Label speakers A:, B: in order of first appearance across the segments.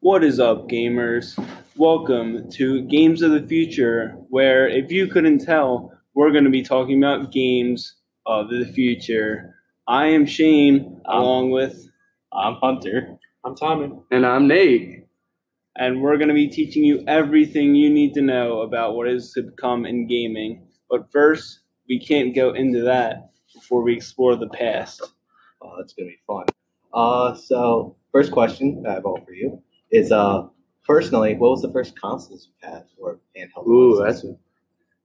A: What is up, gamers? Welcome to Games of the Future, where if you couldn't tell, we're going to be talking about games of the future. I am Shane,
B: Um,
A: along with,
B: I'm Hunter.
C: I'm Tommy.
D: And I'm Nate.
A: and we're going to be teaching you everything you need to know about what is to come in gaming. But first, we can't go into that before we explore the past.
B: Oh, that's gonna be fun. Uh, so first question that I have all for you is uh, personally, what was the first consoles you had or handheld?
D: Ooh,
B: devices?
D: that's a,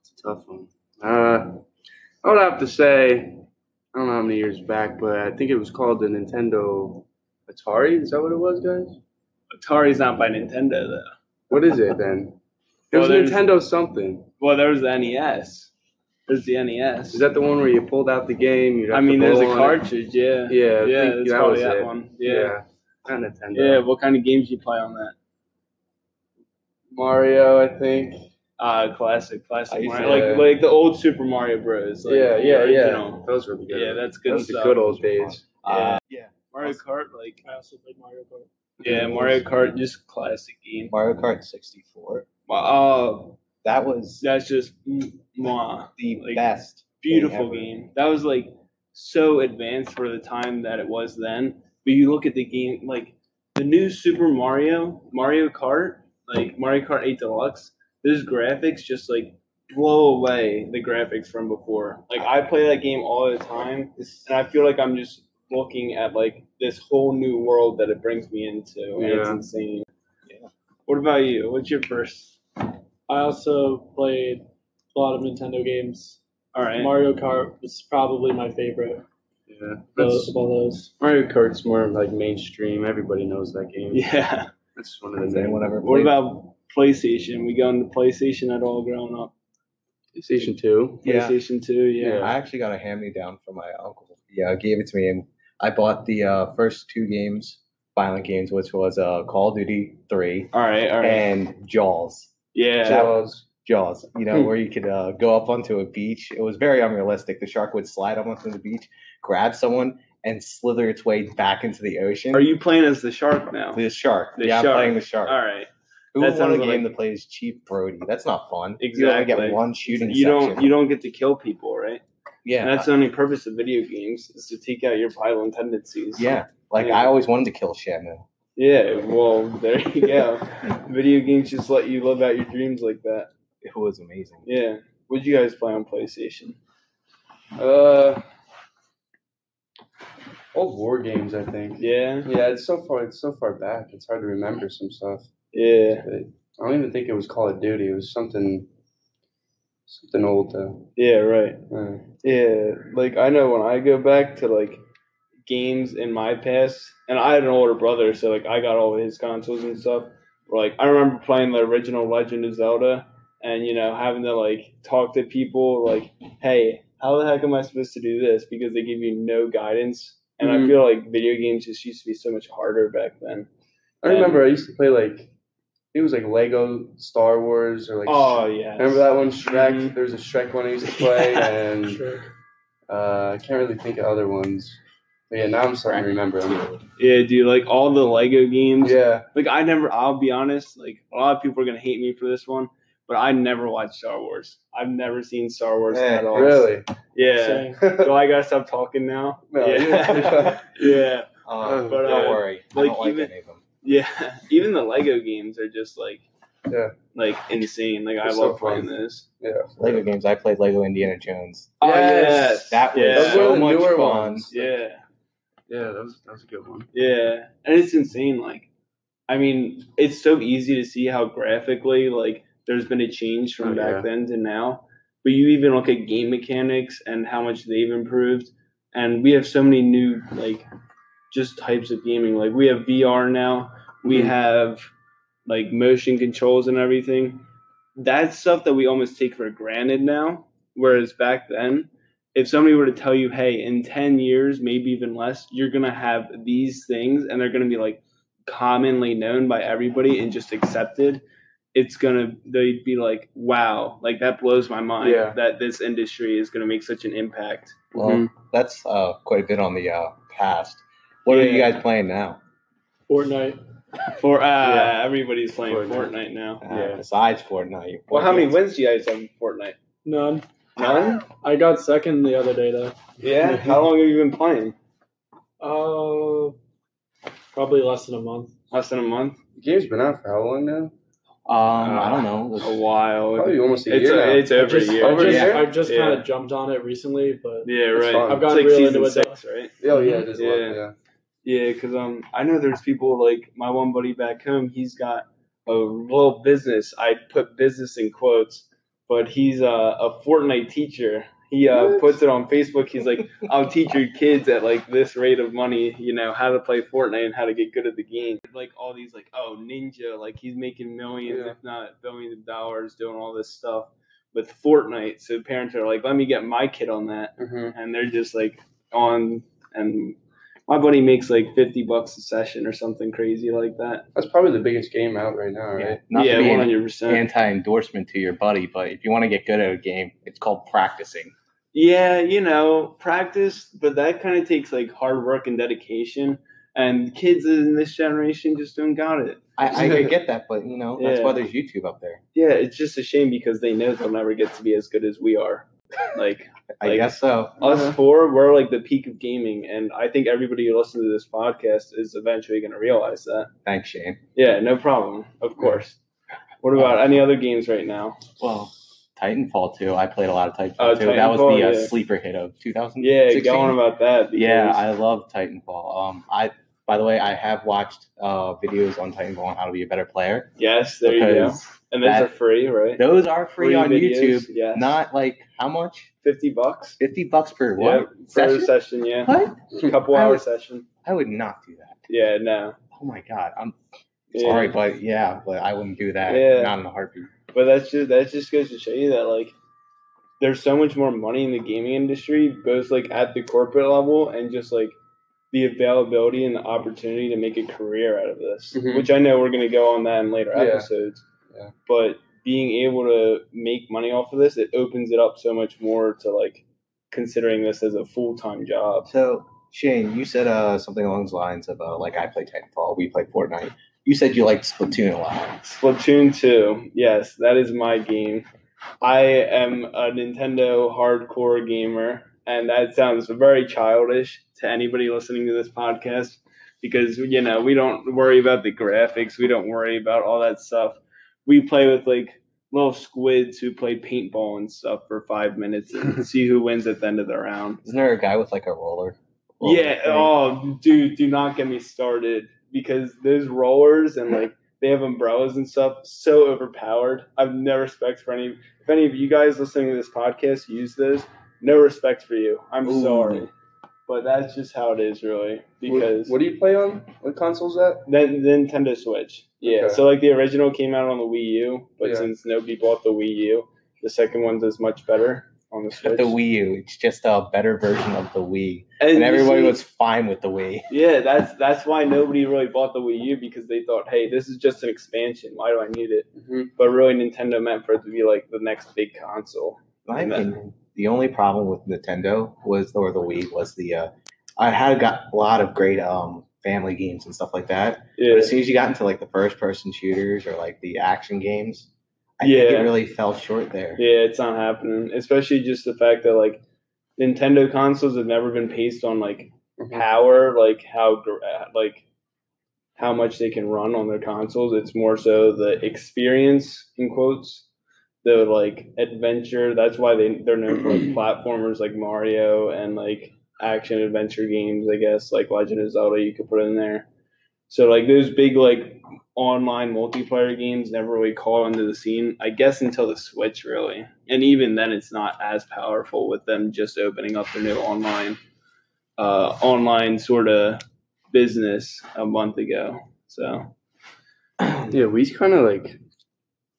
B: It's a tough one.
D: uh, I would have to say, I don't know how many years back, but I think it was called the Nintendo Atari. Is that what it was, guys?
A: Atari's not by Nintendo, though.
D: What is it then? It
A: Well,
D: was
A: there's-
D: Nintendo something.
A: Well, there was the NES. There's the NES.
D: Is that the one where you pulled out the game? You'd have
A: I
D: to
A: mean, there's
D: blow
A: a
D: on it?
A: cartridge, yeah.
D: Yeah, I
A: yeah,
D: think
A: that's
D: that
A: probably
D: was
A: that
D: it.
A: one.
D: Yeah. uh,
A: Yeah.
D: Not Nintendo.
A: yeah, What kind of games you play on that?
D: Mario, I think.
A: Uh, classic,
B: I
A: classic
B: used to-
A: Mario, like like the old Super Mario Bros. Like,
D: yeah, yeah,
A: the
D: yeah.
A: original.
D: Those were the good.
A: Yeah, that's good
D: That's the
A: stuff.
D: good old days.
B: Uh,
A: Mario Kart, like
C: I also played Mario Kart.
A: yeah, Mario Kart, just classic game.
B: Mario Kart 64.
A: Uh,
B: That was
A: that's just mm, mwah,
B: the
A: like,
B: best.
A: beautiful
B: ever.
A: game. That was like so advanced for the time that it was then. But you look at the game, like the new Super Mario, Mario Kart, like Mario Kart 8 Deluxe, those graphics just like blow away the graphics from before. Like I play that game all the time,
B: It's-
A: and I feel like I'm just looking at like this whole new world that it brings me into, and it's
D: Yeah.
A: insane.
B: Yeah.
A: What about you? What's your first?
C: I also played a lot of Nintendo games.
A: All right,
C: Mario Kart was probably my favorite
D: Yeah.
C: of
A: Uh,
D: That's,
C: of all those.
D: Mario Kart's more like mainstream. Everybody knows that game.
A: yeah.
D: That's one of
B: Has
D: the main
B: anyone ever
A: What
B: played?
A: about PlayStation? We got into PlayStation at all growing up.
D: PlayStation 2.
B: yeah.
A: PlayStation Two, yeah.
B: I actually got a hand-me-down from my uncle. Yeah, gave it to me, and I bought the uh, first two games, violent games, which was uh, Call of Duty 3
A: All right, all right.
B: and Jaws.
A: Yeah,
B: Jaws. Jaws, you know,
A: Hmm.
B: where you could uh, go up onto a beach. It was very unrealistic. The shark would slide up onto the beach, grab someone, and slither its way back into the ocean.
A: are you playing as the shark now?
B: the shark?
A: The
B: yeah,
A: shark.
B: I'm playing the shark.
A: All right, that
B: Who would want a
A: sounds
B: game
A: like-
B: that plays Chief Brody? That's not fun. You only
A: Exactly.
B: get one shooting.
A: you don't
B: section.
A: you don't get to kill people, right?
B: yeah,
A: And that's the only purpose of video games is to take out your violent tendencies.
B: yeah. Like
A: Yeah.
B: I always wanted to kill Shannon.
A: yeah. Well, there you go. video games just let you live out your dreams like that.
B: It was amazing.
A: Yeah. What would you guys play on PlayStation?
D: Uh, old war games, I think.
A: Yeah,
D: Yeah, it's so far. It's so far back. It's hard to remember some stuff.
A: yeah,
D: But I don't even think it was Call of Duty. It was something, something old though.
A: yeah. Right.
D: Uh,
A: Yeah, like I know when I go back to like games in my past, and I had an older brother, so like I got all his consoles and stuff. But, like I remember playing the original Legend of Zelda, and you know having to like talk to people like, "Hey, how the heck am I supposed to do this?" Because they give you no guidance, and I
D: Mhm.
A: feel like video games just used to be so much harder back then.
D: I remember I used to play like it was like Lego Star Wars or like.
A: Oh yeah,
D: Remember that one Shrek?
A: Mhm.
D: There was a Shrek one I used to play,
A: Yeah.
D: and uh, I can't really think of other ones. But yeah, now I'm starting to remember them.
A: Yeah, dude, like all the Lego games.
D: Yeah,
A: Like I never I'll be honest, like a lot of people are gonna hate me for this one, but I never watched Star Wars. I've never seen Star Wars
B: Eh,
A: at all.
D: really.
A: Yeah.
C: Same.
A: So I gotta stop talking now.
D: No,
A: yeah. yeah.
B: Uh,
D: But,
B: but don't
A: uh,
B: worry, I
A: like,
B: don't like
A: even-
B: any of them.
A: Yeah. Even the Lego games are just like
D: Yeah.
A: like insane. Like I
D: They're so
A: love playing
D: fun.
A: this.
B: Lego games. I played Lego Indiana Jones.
A: Oh,
D: Yes.
A: yes.
B: That was
A: Yeah.
D: Those were
B: so
D: the
B: much
D: newer
B: fun.
D: ones.
A: Yeah.
D: Yeah, that was that was a good one.
A: Yeah, and it's insane. Like, I mean, it's so easy to see how graphically like there's been a change from
D: Oh,
A: back
D: yeah.
A: then to now. But you even look at game mechanics and how much they've improved, and we have so many new like just types of gaming. Like we have VR now. We
D: Mhm.
A: have like motion controls and everything. That's stuff that we almost take for granted now. Whereas back then, if somebody were to tell you, hey, in 10 years, maybe even less, you're going to have these things and they're going to be like commonly known by everybody and just accepted, it's going to, they'd be like, wow, like that blows my mind
D: Yeah.
A: that this industry is going to make such an impact.
B: Well,
D: Mhm.
B: that's uh, quite a bit on the uh, past. What are you
A: Yeah.
B: guys playing now?
C: Fortnite.
A: For uh,
D: Yeah.
A: everybody's playing
D: Fortnite.
A: Fortnite, now.
B: Uh,
D: Yeah.
B: Besides Fortnite.
A: Well, how many wins do you guys have in Fortnite?
C: None.
A: None.
C: I got second the other day though.
A: Yeah. How long have you been playing?
C: Oh, probably less than a month.
A: Less than a month.
D: The game's been out for how long now?
B: Um, I don't know.
A: Uh, A while.
D: Probably almost a
A: it's,
D: year. now.
A: it's over
C: just,
A: a
C: I
A: year.
C: just,
D: Over a year?
C: I've just
A: Yeah.
C: kind of jumped on it recently, but
A: Yeah,
D: It's
A: right.
D: fun.
C: I've gotten
A: it's like
C: real
A: season
C: into it. though.
A: six, right?
D: oh yeah, it is. Yeah.
A: Yeah.
D: yeah.
A: Yeah, because um, I know there's people like my one buddy back home. He's got a little business. I put business in quotes, but he's a, a Fortnite teacher. He uh,
D: What?
A: puts it on Facebook. He's like, "I'll teach your kids at like this rate of money, you know, how to play Fortnite and how to get good at the game." Like all these, like, "Oh, ninja!" Like he's making millions,
D: Yeah.
A: if not billions of dollars, doing all this stuff with Fortnite. So parents are like, "Let me get my kid on that."
D: Mhm.
A: and they're just like on and my buddy makes like 50 bucks a session or something crazy like that
D: That's probably the biggest game out right now,
B: Yeah.
D: right?
B: Not
A: yeah
B: to be an
A: 100%
B: anti-endorsement to your buddy, but if you want to get good at a game, it's called practicing.
A: yeah you know practice but that kind of takes like hard work and dedication and kids in this generation just don't got it
B: I, I could get that, but you know that's
A: Yeah.
B: why there's YouTube up there.
A: yeah it's just a shame because they know they'll never get to be as good as we are like
B: I
A: Like-
B: guess so.
A: us four we're like the peak of gaming and i think everybody who listens to this podcast is eventually going to realize that
B: Thanks, Shane.
A: Yeah, no problem. Of course. What about any other games right now?
B: Well, Titanfall 2. I played a lot of Titanfall
A: Oh,
B: 2. that was
A: Titanfall,
B: the uh,
A: yeah.
B: sleeper hit of 2000.
A: Yeah, go on about that. Because,
B: Yeah, I love Titanfall. Um, I by the way, I have watched uh videos on Titanfall on how to be a better player.
A: yes, there you go.
B: because
A: And those
B: that-
A: are free, right?
B: Those are free, on
A: videos,
B: YouTube.
A: Yes.
B: Not like how much?
A: fifty bucks.
B: Fifty bucks per
A: Yeah,
B: what?
A: for a
B: Session?
A: session, yeah.
B: What?
A: A couple
B: I
A: hour
B: would-
A: session.
B: I would not do that.
A: Yeah, no.
B: Oh my god, I'm
A: Yeah.
B: sorry, but yeah, but I wouldn't do that.
A: Yeah.
B: Not in a heartbeat.
A: But that's just that just goes to show you that like there's so much more money in the gaming industry, both like at the corporate level and just like the availability and the opportunity to make a career out of this.
D: Mhm.
A: Which I know we're gonna go on that in later
D: Yeah.
A: episodes.
D: Yeah.
A: But being able to make money off of this, it opens it up so much more to like considering this as a full time job.
B: So Shane, you said uh something along the lines of uh, like I play Titanfall, we play Fortnite. You said you liked Splatoon a lot.
A: Splatoon 2. Yes, that is my game. I am a Nintendo hardcore gamer, and that sounds very childish to anybody listening to this podcast because, you know, we don't worry about the graphics, we don't worry about all that stuff. We play with like little squids who play paintball and stuff for five minutes and see who wins at the end of the round.
B: Isn't there a guy with like a roller? roller
A: Yeah.
B: thing?
A: Oh, dude, do not get me started because those rollers and like they have umbrellas and stuff so overpowered. I've no respect for any. If any of you guys listening to this podcast use those, no respect for you. I'm
B: Ooh.
A: sorry, but that's just how it is, really. Because
D: What, what do you play on? What console's that?
A: Nin- Nintendo Switch. Yeah.
D: Okay.
A: So like the original came out on the Wii U, but
D: Yeah.
A: since nobody bought the Wii U, the second one's is much better on the Switch.
B: But the Wii U, it's just a better version of the Wii,
A: you
B: and everybody
A: see-
B: was fine with the Wii.
A: Yeah, that's that's why nobody really bought the Wii U because they thought, hey, this is just an expansion. Why do I need it?
D: Mhm.
A: But really, Nintendo meant for it to be like the next big console.
B: In my
A: And that-
B: opinion, the only problem with Nintendo was or the Wii was the uh, I had got a lot of great um family games and stuff like that. But
A: Yeah,
B: as soon as you got into like the first person shooters or like the action games, I think
A: Yeah.
B: it really fell short there.
A: yeah, it's not happening. Especially just the fact that like Nintendo consoles have never been paced on like
D: Mhm.
A: power, like how gr- uh, like how much they can run on their consoles. It's more so the experience in quotes, the like adventure. That's why they they're known for like platformers like Mario and like action adventure games. I guess like Legend of Zelda you could put in there. So like those big like online multiplayer games never really caught onto the scene. I guess until the Switch really, and even then it's not as powerful with them just opening up the new online uh, online sort of business a month ago. So
D: Yeah, Wii's kind of like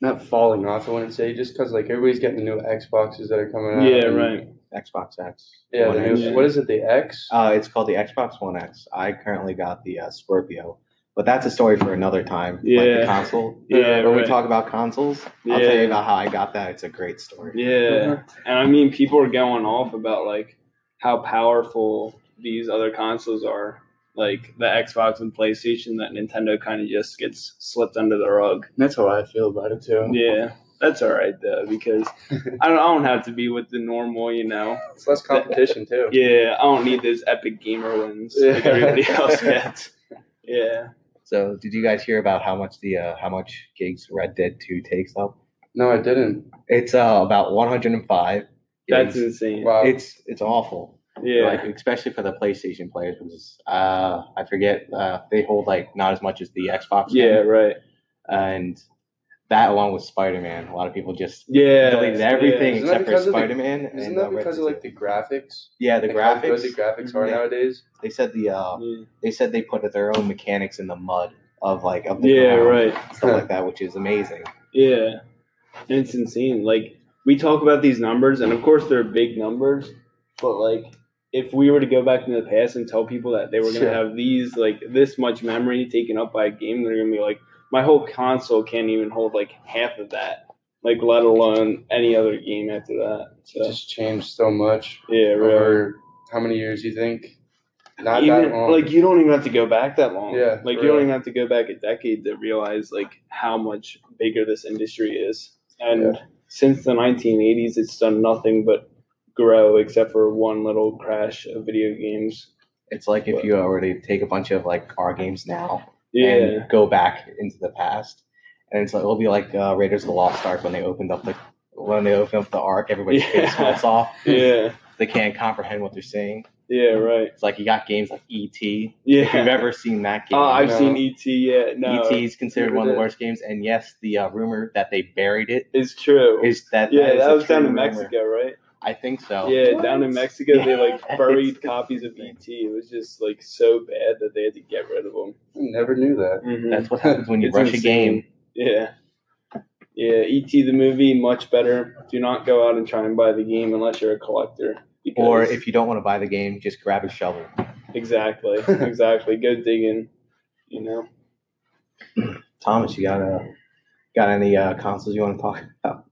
D: not falling off. I wouldn't say just because like everybody's getting the new Xboxes that are coming out.
A: yeah,
D: and-
A: right.
B: Xbox X.
D: Yeah,
B: One
D: the
B: X.
D: new, what is it? The X?
B: Uh, it's called the Xbox One X. I currently got the uh, Scorpio, but that's a story for another time. Like
A: Yeah.
B: the console.
A: Yeah,
B: When
A: right.
B: we talk about consoles, I'll tell
A: Yeah.
B: you about how I got that. It's a great story.
A: Yeah, and I mean people are going off about like how powerful these other consoles are. like the Xbox and PlayStation that Nintendo kind of just gets slipped under the rug.
D: That's how I feel about it too.
A: Yeah, that's all right though because I don't, I don't have to be with the normal, you know.
D: It's less competition too.
A: Yeah, I don't need those epic gamer wins like everybody else gets. Yeah,
B: So, did you guys hear about how much the uh, how much gigs Red Dead Two takes up?
D: No, I didn't.
B: It's uh, about 105.
A: that's
B: it's,
A: insane.
D: Wow.
B: it's it's awful. Like
A: Yeah,
B: especially for the PlayStation players, because uh, I forget uh, they hold like not as much as the Xbox.
A: yeah, right.
B: and that along with Spider Man, a lot of people just
A: Yeah,
B: deleted everything
A: yeah.
D: Isn't that
B: except for uh,
D: because of the-
B: Spider Man.
D: Isn't that because of like the graphics?
B: yeah the
D: Like, how good
B: graphics?
D: the graphics are
B: Yeah.
D: nowadays.
B: they said the uh,
A: Yeah.
B: they said they put their own mechanics in the mud of like of the
A: Yeah,
B: ground,
A: right.
B: stuff like that, which is amazing.
A: Yeah. And it's insane. Like we talk about these numbers and of course they're big numbers, but like if we were to go back into the past and tell people that they were gonna
D: Sure.
A: have these like this much memory taken up by a game, they're gonna be like, My whole console can't even hold like half of that. Like let alone any other game after that.
D: It
A: So
D: just changed so much.
A: yeah, right.
D: Over how many years you think? Not that
A: Even,
D: long.
A: like you don't even have to go back that long.
D: Yeah,
A: Like
D: for
A: you don't
D: real.
A: even have to go back a decade to realize like how much bigger this industry is. And since the 1980s, it's done nothing but grow, except for one little crash of video games.
B: It's like if you already take a bunch of like our games now
A: Yeah,
B: and go back into the past, and it's like it'll be like uh, Raiders of the Lost Ark when they opened up the when they opened up the Ark, everybody's face
A: Yeah.
B: melts off.
A: yeah,
B: They can't comprehend what they're seeing.
A: yeah, right.
B: It's like you got games like E.T. If you've
A: Yeah,
B: ever seen that game,
A: oh, I've
D: No.
A: seen ET. Yeah, no,
B: E.T. E is considered
D: Never
B: one of the
D: did.
B: worst games, and yes, the uh, rumor that they buried it
A: it's true.
B: is that
A: yeah,
B: that, is
A: that
B: a
A: was down
B: true
A: in
B: rumor. Oh.
A: Mexico, right?
B: I think so.
A: Yeah, down in
D: What?
A: Mexico, they like
B: Yeah.
A: buried copies of ET. It was just like so bad that they had to get rid of them.
D: I never knew that.
B: that's what happens when you
A: It's
B: rush a
A: insane.
B: game.
A: Yeah. Yeah, ET the movie much better. Do not go out and try and buy the game unless you're a collector. because-
B: Or if you don't want to buy the game, just grab a shovel.
A: exactly, exactly, go digging. You know,
B: Thomas, you got uh, got any uh, consoles you want to talk about?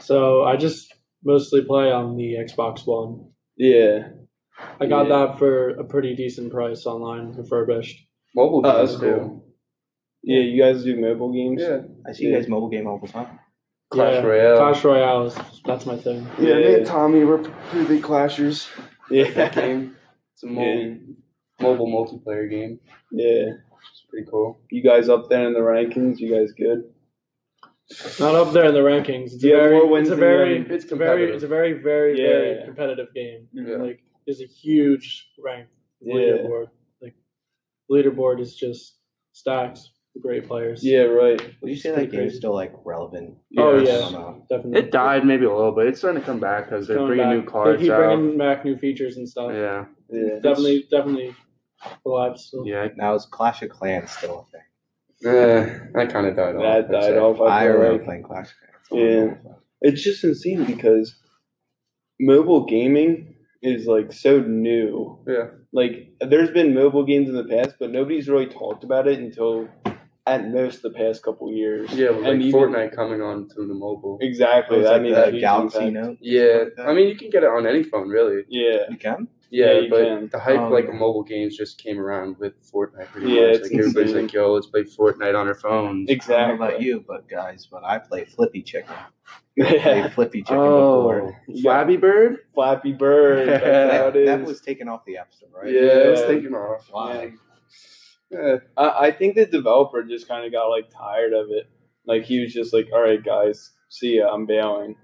C: So I just mostly play on the Xbox One.
A: yeah.
C: I got
A: Yeah.
C: that for a pretty decent price online, refurbished.
D: Mobile
A: Oh, that's
D: games too.
A: Yeah, you guys do mobile games.
D: Yeah.
B: I see you guys mobile game all the time.
D: Clash
C: Yeah,
A: Oh.
D: Royale.
C: Clash Royale, is, that's my thing.
A: Yeah, me and
D: Tommy, we're pretty big clashers. That
A: yeah,
D: game. It's a mo-
A: Yeah.
D: mobile multiplayer game.
A: yeah.
D: It's pretty cool.
A: You guys up there in the rankings? You guys good?
C: Not up there in the rankings. It's a
A: You have
C: very,
A: more wins
C: it's a
A: than the
C: very,
A: other-
C: it's a very, it's a very, very,
A: Yeah.
C: very competitive game.
D: Yeah.
C: Like, there's a huge rank
A: Yeah,
C: leaderboard. Like, leaderboard is just stacks, of great players.
A: yeah, right.
B: Would you say
C: Pretty
B: that game's
C: crazy.
B: still like relevant?
C: Oh,
B: I
A: Yes.
B: don't
C: yeah.
B: know.
C: definitely.
D: It died maybe a little, but it's starting to come back because they're
C: Coming
D: bringing
C: back.
D: new cards
C: They keep
D: out.
C: bringing back new features and stuff.
D: yeah,
A: Yeah.
C: Definitely, definitely alive still.
D: yeah.
B: Now is Clash of Clans still a thing?
D: Eh, that kind of died off.
A: That
D: I'd
A: died
D: say.
A: off.
B: I
A: feel
B: remember
A: like.
B: playing Clash of Clans.
A: Yeah. It's just insane because mobile gaming is like so new
D: Yeah,
A: like there's been mobile games in the past, but nobody's really talked about it until at most the past couple years.
D: yeah. With like
A: And even-
D: Fortnite coming on to the mobile.
B: It
A: Exactly.
B: was
A: That
B: like
A: means
B: the
A: a huge
B: Galaxy
A: impact.
B: Note.
D: Yeah, I mean you can get it on any phone really.
A: Yeah.
B: You can?
A: Yeah,
D: Yeah,
A: you
D: but
A: can. Um,
D: the hype
B: Oh,
D: like
B: yeah.
D: of mobile games just came around with Fortnite. Pretty
A: Yeah,
D: much.
A: it's
D: like everybody's
A: insane.
D: like, "Yo, let's play Fortnite on our phones."
B: I
A: Exactly.
B: don't know about you, but guys, but I play Flippy Chicken. I
A: Yeah.
B: played Flippy Chicken before.
A: Oh, You got-
D: Flappy Bird.
A: Flappy Bird. That's how
B: That,
A: it is.
B: that was taken off the App Store, right?
D: Yeah, it was
A: Yeah.
D: taking off.
B: Why?
D: Yeah.
A: I, I think the developer just kind of got like tired of it. Like he was just like, "All right, guys, see ya, I'm bailing,"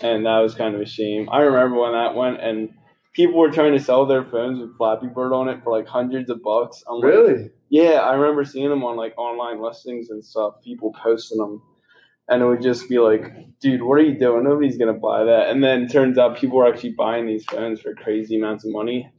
A: and that was kind of a shame. I remember when that went, and people were trying to sell their phones with Flappy Bird on it for like hundreds of bucks. I'm like,
D: Really?
A: Yeah, I remember seeing them on like online listings and stuff. People posting them, and it would just be like, "Dude, what are you doing? Nobody's gonna buy that." And then turns out people are actually buying these phones for crazy amounts of money.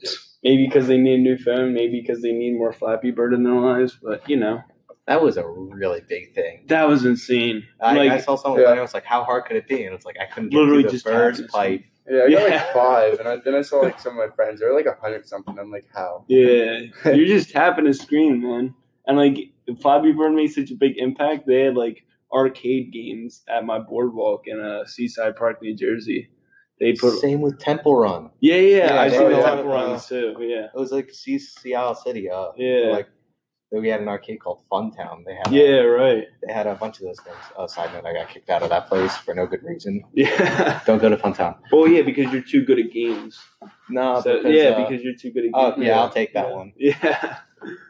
A: Maybe because they need a new phone. Maybe because they need more Flappy Bird in their lives. But you know,
B: That was a really big thing.
A: that was insane.
B: I,
A: like,
B: I saw someone
D: Yeah.
B: playing. I was like, "How hard could it be?" And it's like I couldn't get
A: Literally
B: through the
A: just
B: first
A: happens.
B: pipe.
D: Yeah, I got
A: Yeah.
D: like five, and I, then I saw like some of my friends. They were like a hundred something. I'm like, how?
A: yeah, you're just tapping a screen, man. And like, Flappy Bird made such a big impact. They had like arcade games at my boardwalk in uh, Seaside Park, New Jersey. They put
B: Same with Temple Run. It
A: yeah, yeah.
B: Yeah,
A: I've
B: they
A: seen
B: put
A: the
B: a lot
A: temple
B: of, uh,
A: runs too. Yeah,
B: was like Se- Seattle City. Uh,
A: Yeah.
B: Like we had an arcade called Funtown. They had
A: yeah, right.
B: they had a bunch of those things. Uh, side note: I got kicked out of that place for no good reason.
A: Yeah.
B: Don't go to Funtown.
A: well, yeah, because you're too good at games.
B: No,
A: so,
B: because,
A: yeah,
B: uh,
A: because you're too good at
B: oh
A: games.
B: yeah, I'll take that
A: Yeah.
B: one.
A: Yeah.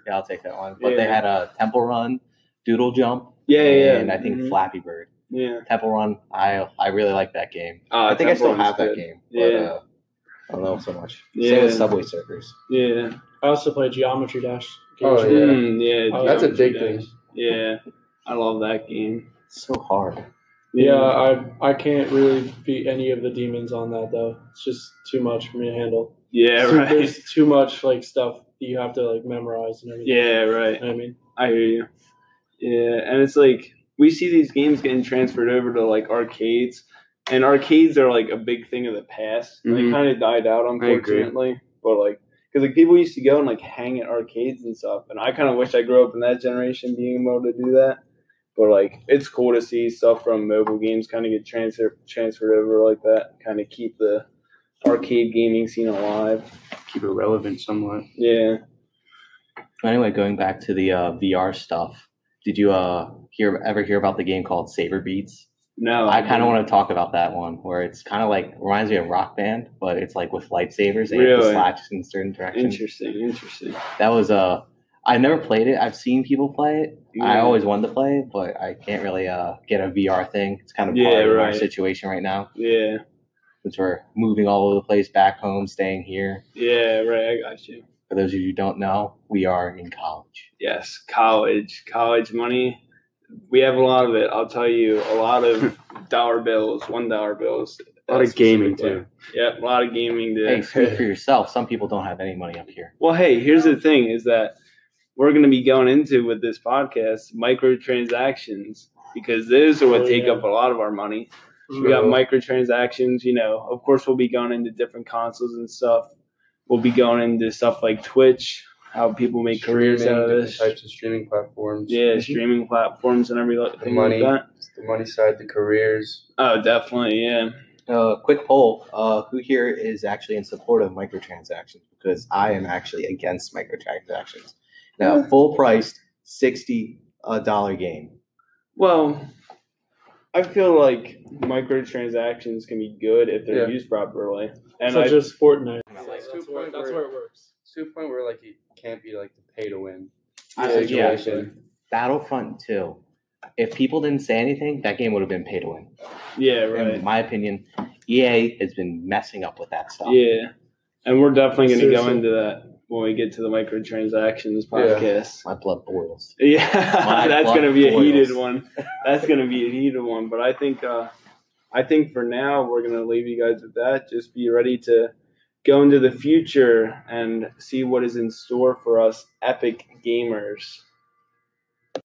B: Yeah, I'll take that one. But they
A: Yeah.
B: had a Temple Run, Doodle Jump,
A: Yeah, yeah.
B: and I think
A: mhm,
B: Flappy Bird.
A: yeah.
B: Temple Run, I I really like that game.
A: Uh,
B: I think I still
A: Temple
B: have that
A: Run's
B: game. But,
A: Yeah.
B: uh, I don't know so much. Same with
A: Yeah.
B: Subway Surfers.
A: good. Yeah.
C: I also play Geometry Dash.
D: Oh, yeah.
A: Mm, yeah.
C: Oh,
D: That's a
A: Geometry
D: big
A: Dash.
D: thing.
A: Yeah. I love that game.
B: It's so hard.
C: Yeah, I I can't really beat any of the demons on that though. It's just too much for me to handle.
A: Yeah,
C: Too-
A: right.
C: There's too much like stuff that you have to like memorize and everything.
A: Yeah, right.
C: You know what I mean,
A: I hear you. Yeah, and it's like we see these games getting transferred over to like arcades, and arcades are like a big thing of the past. They
B: Mm-hmm.
D: Mhm.
A: kind of died out,
D: agree.
A: unfortunately. But like, because like people used to go and like hang at arcades and stuff, and I kind of wish I grew up in that generation being able to do that. But like, it's cool to see stuff from mobile games kind of get transfer transferred over like that, kind of keep the arcade gaming scene alive.
D: Keep it relevant somewhat.
A: Yeah.
B: Anyway, going back to the uh, VR stuff, did you uh, hear ever hear about the game called Saber Beats?
A: No,
B: I kind of want to talk about that one, where it's kind of like reminds me of Rock Band, but it's like with lightsabers and you have to
A: Really?
B: slash in certain directions.
A: Interesting. Interesting.
B: That was Uh, I never played it. I've seen people play it. I
A: Yeah.
B: always wanted to play it, but I can't really uh, get a VR thing. It's kind of
A: Yeah,
B: part of our
A: right.
B: situation right now,
A: Yeah.
B: since we're moving all over the place, back home, staying here.
A: Yeah, right. I got you.
B: For those of you who don't know, we are in college.
A: Yes, college, college money. We have a lot of it. I'll tell you, a lot of dollar bills, one dollar bills.
D: A lot of gaming
A: specifically.
D: too.
A: Yep, a lot of gaming too.
B: Hey, speak for yourself. Some people don't have any money up here.
A: Well, hey, here's the thing: is that we're going to be going into with this podcast microtransactions because those are what
C: Oh,
A: take
C: yeah.
A: up a lot of our money. We got microtransactions, you know. Of course, we'll be going into different consoles and stuff. We'll be going into stuff like Twitch, how people make careers
D: Streaming,
A: out of
D: different
A: this.
D: Types of streaming platforms.
A: Yeah, streaming platforms and everything
D: money.
A: like that.
D: It's the money side, the careers.
A: Oh, definitely, yeah.
B: Uh, quick poll: uh, Who here is actually in support of microtransactions? Because I am actually against microtransactions. Now, full priced sixty uh, dollar game.
A: Well, I feel like microtransactions can be good if they're
D: Yeah.
A: used properly. And
C: such
A: I,
C: as Fortnite.
B: Yeah,
C: That's,
D: that's to a
C: where,
D: point
C: that's
D: where-
C: where it works.
D: It's to a point where like it can't be like the pay to win
B: I- yeah.
D: situation.
B: Battlefront Two. If people didn't say anything, that game would have been pay to win.
A: yeah,
B: In
A: right.
B: my opinion, EA has been messing up with that stuff.
A: Yeah. And we're definitely going to go
C: Seriously.
A: into that when we get to the microtransactions podcast.
B: My blood boils.
A: Yeah,
B: My
A: that's
B: blood
A: gonna be a
B: boils.
A: heated one. That's gonna be a heated one. But I think, uh, I think for now we're gonna leave you guys with that. Just be ready to go into the future and see what is in store for us, epic gamers.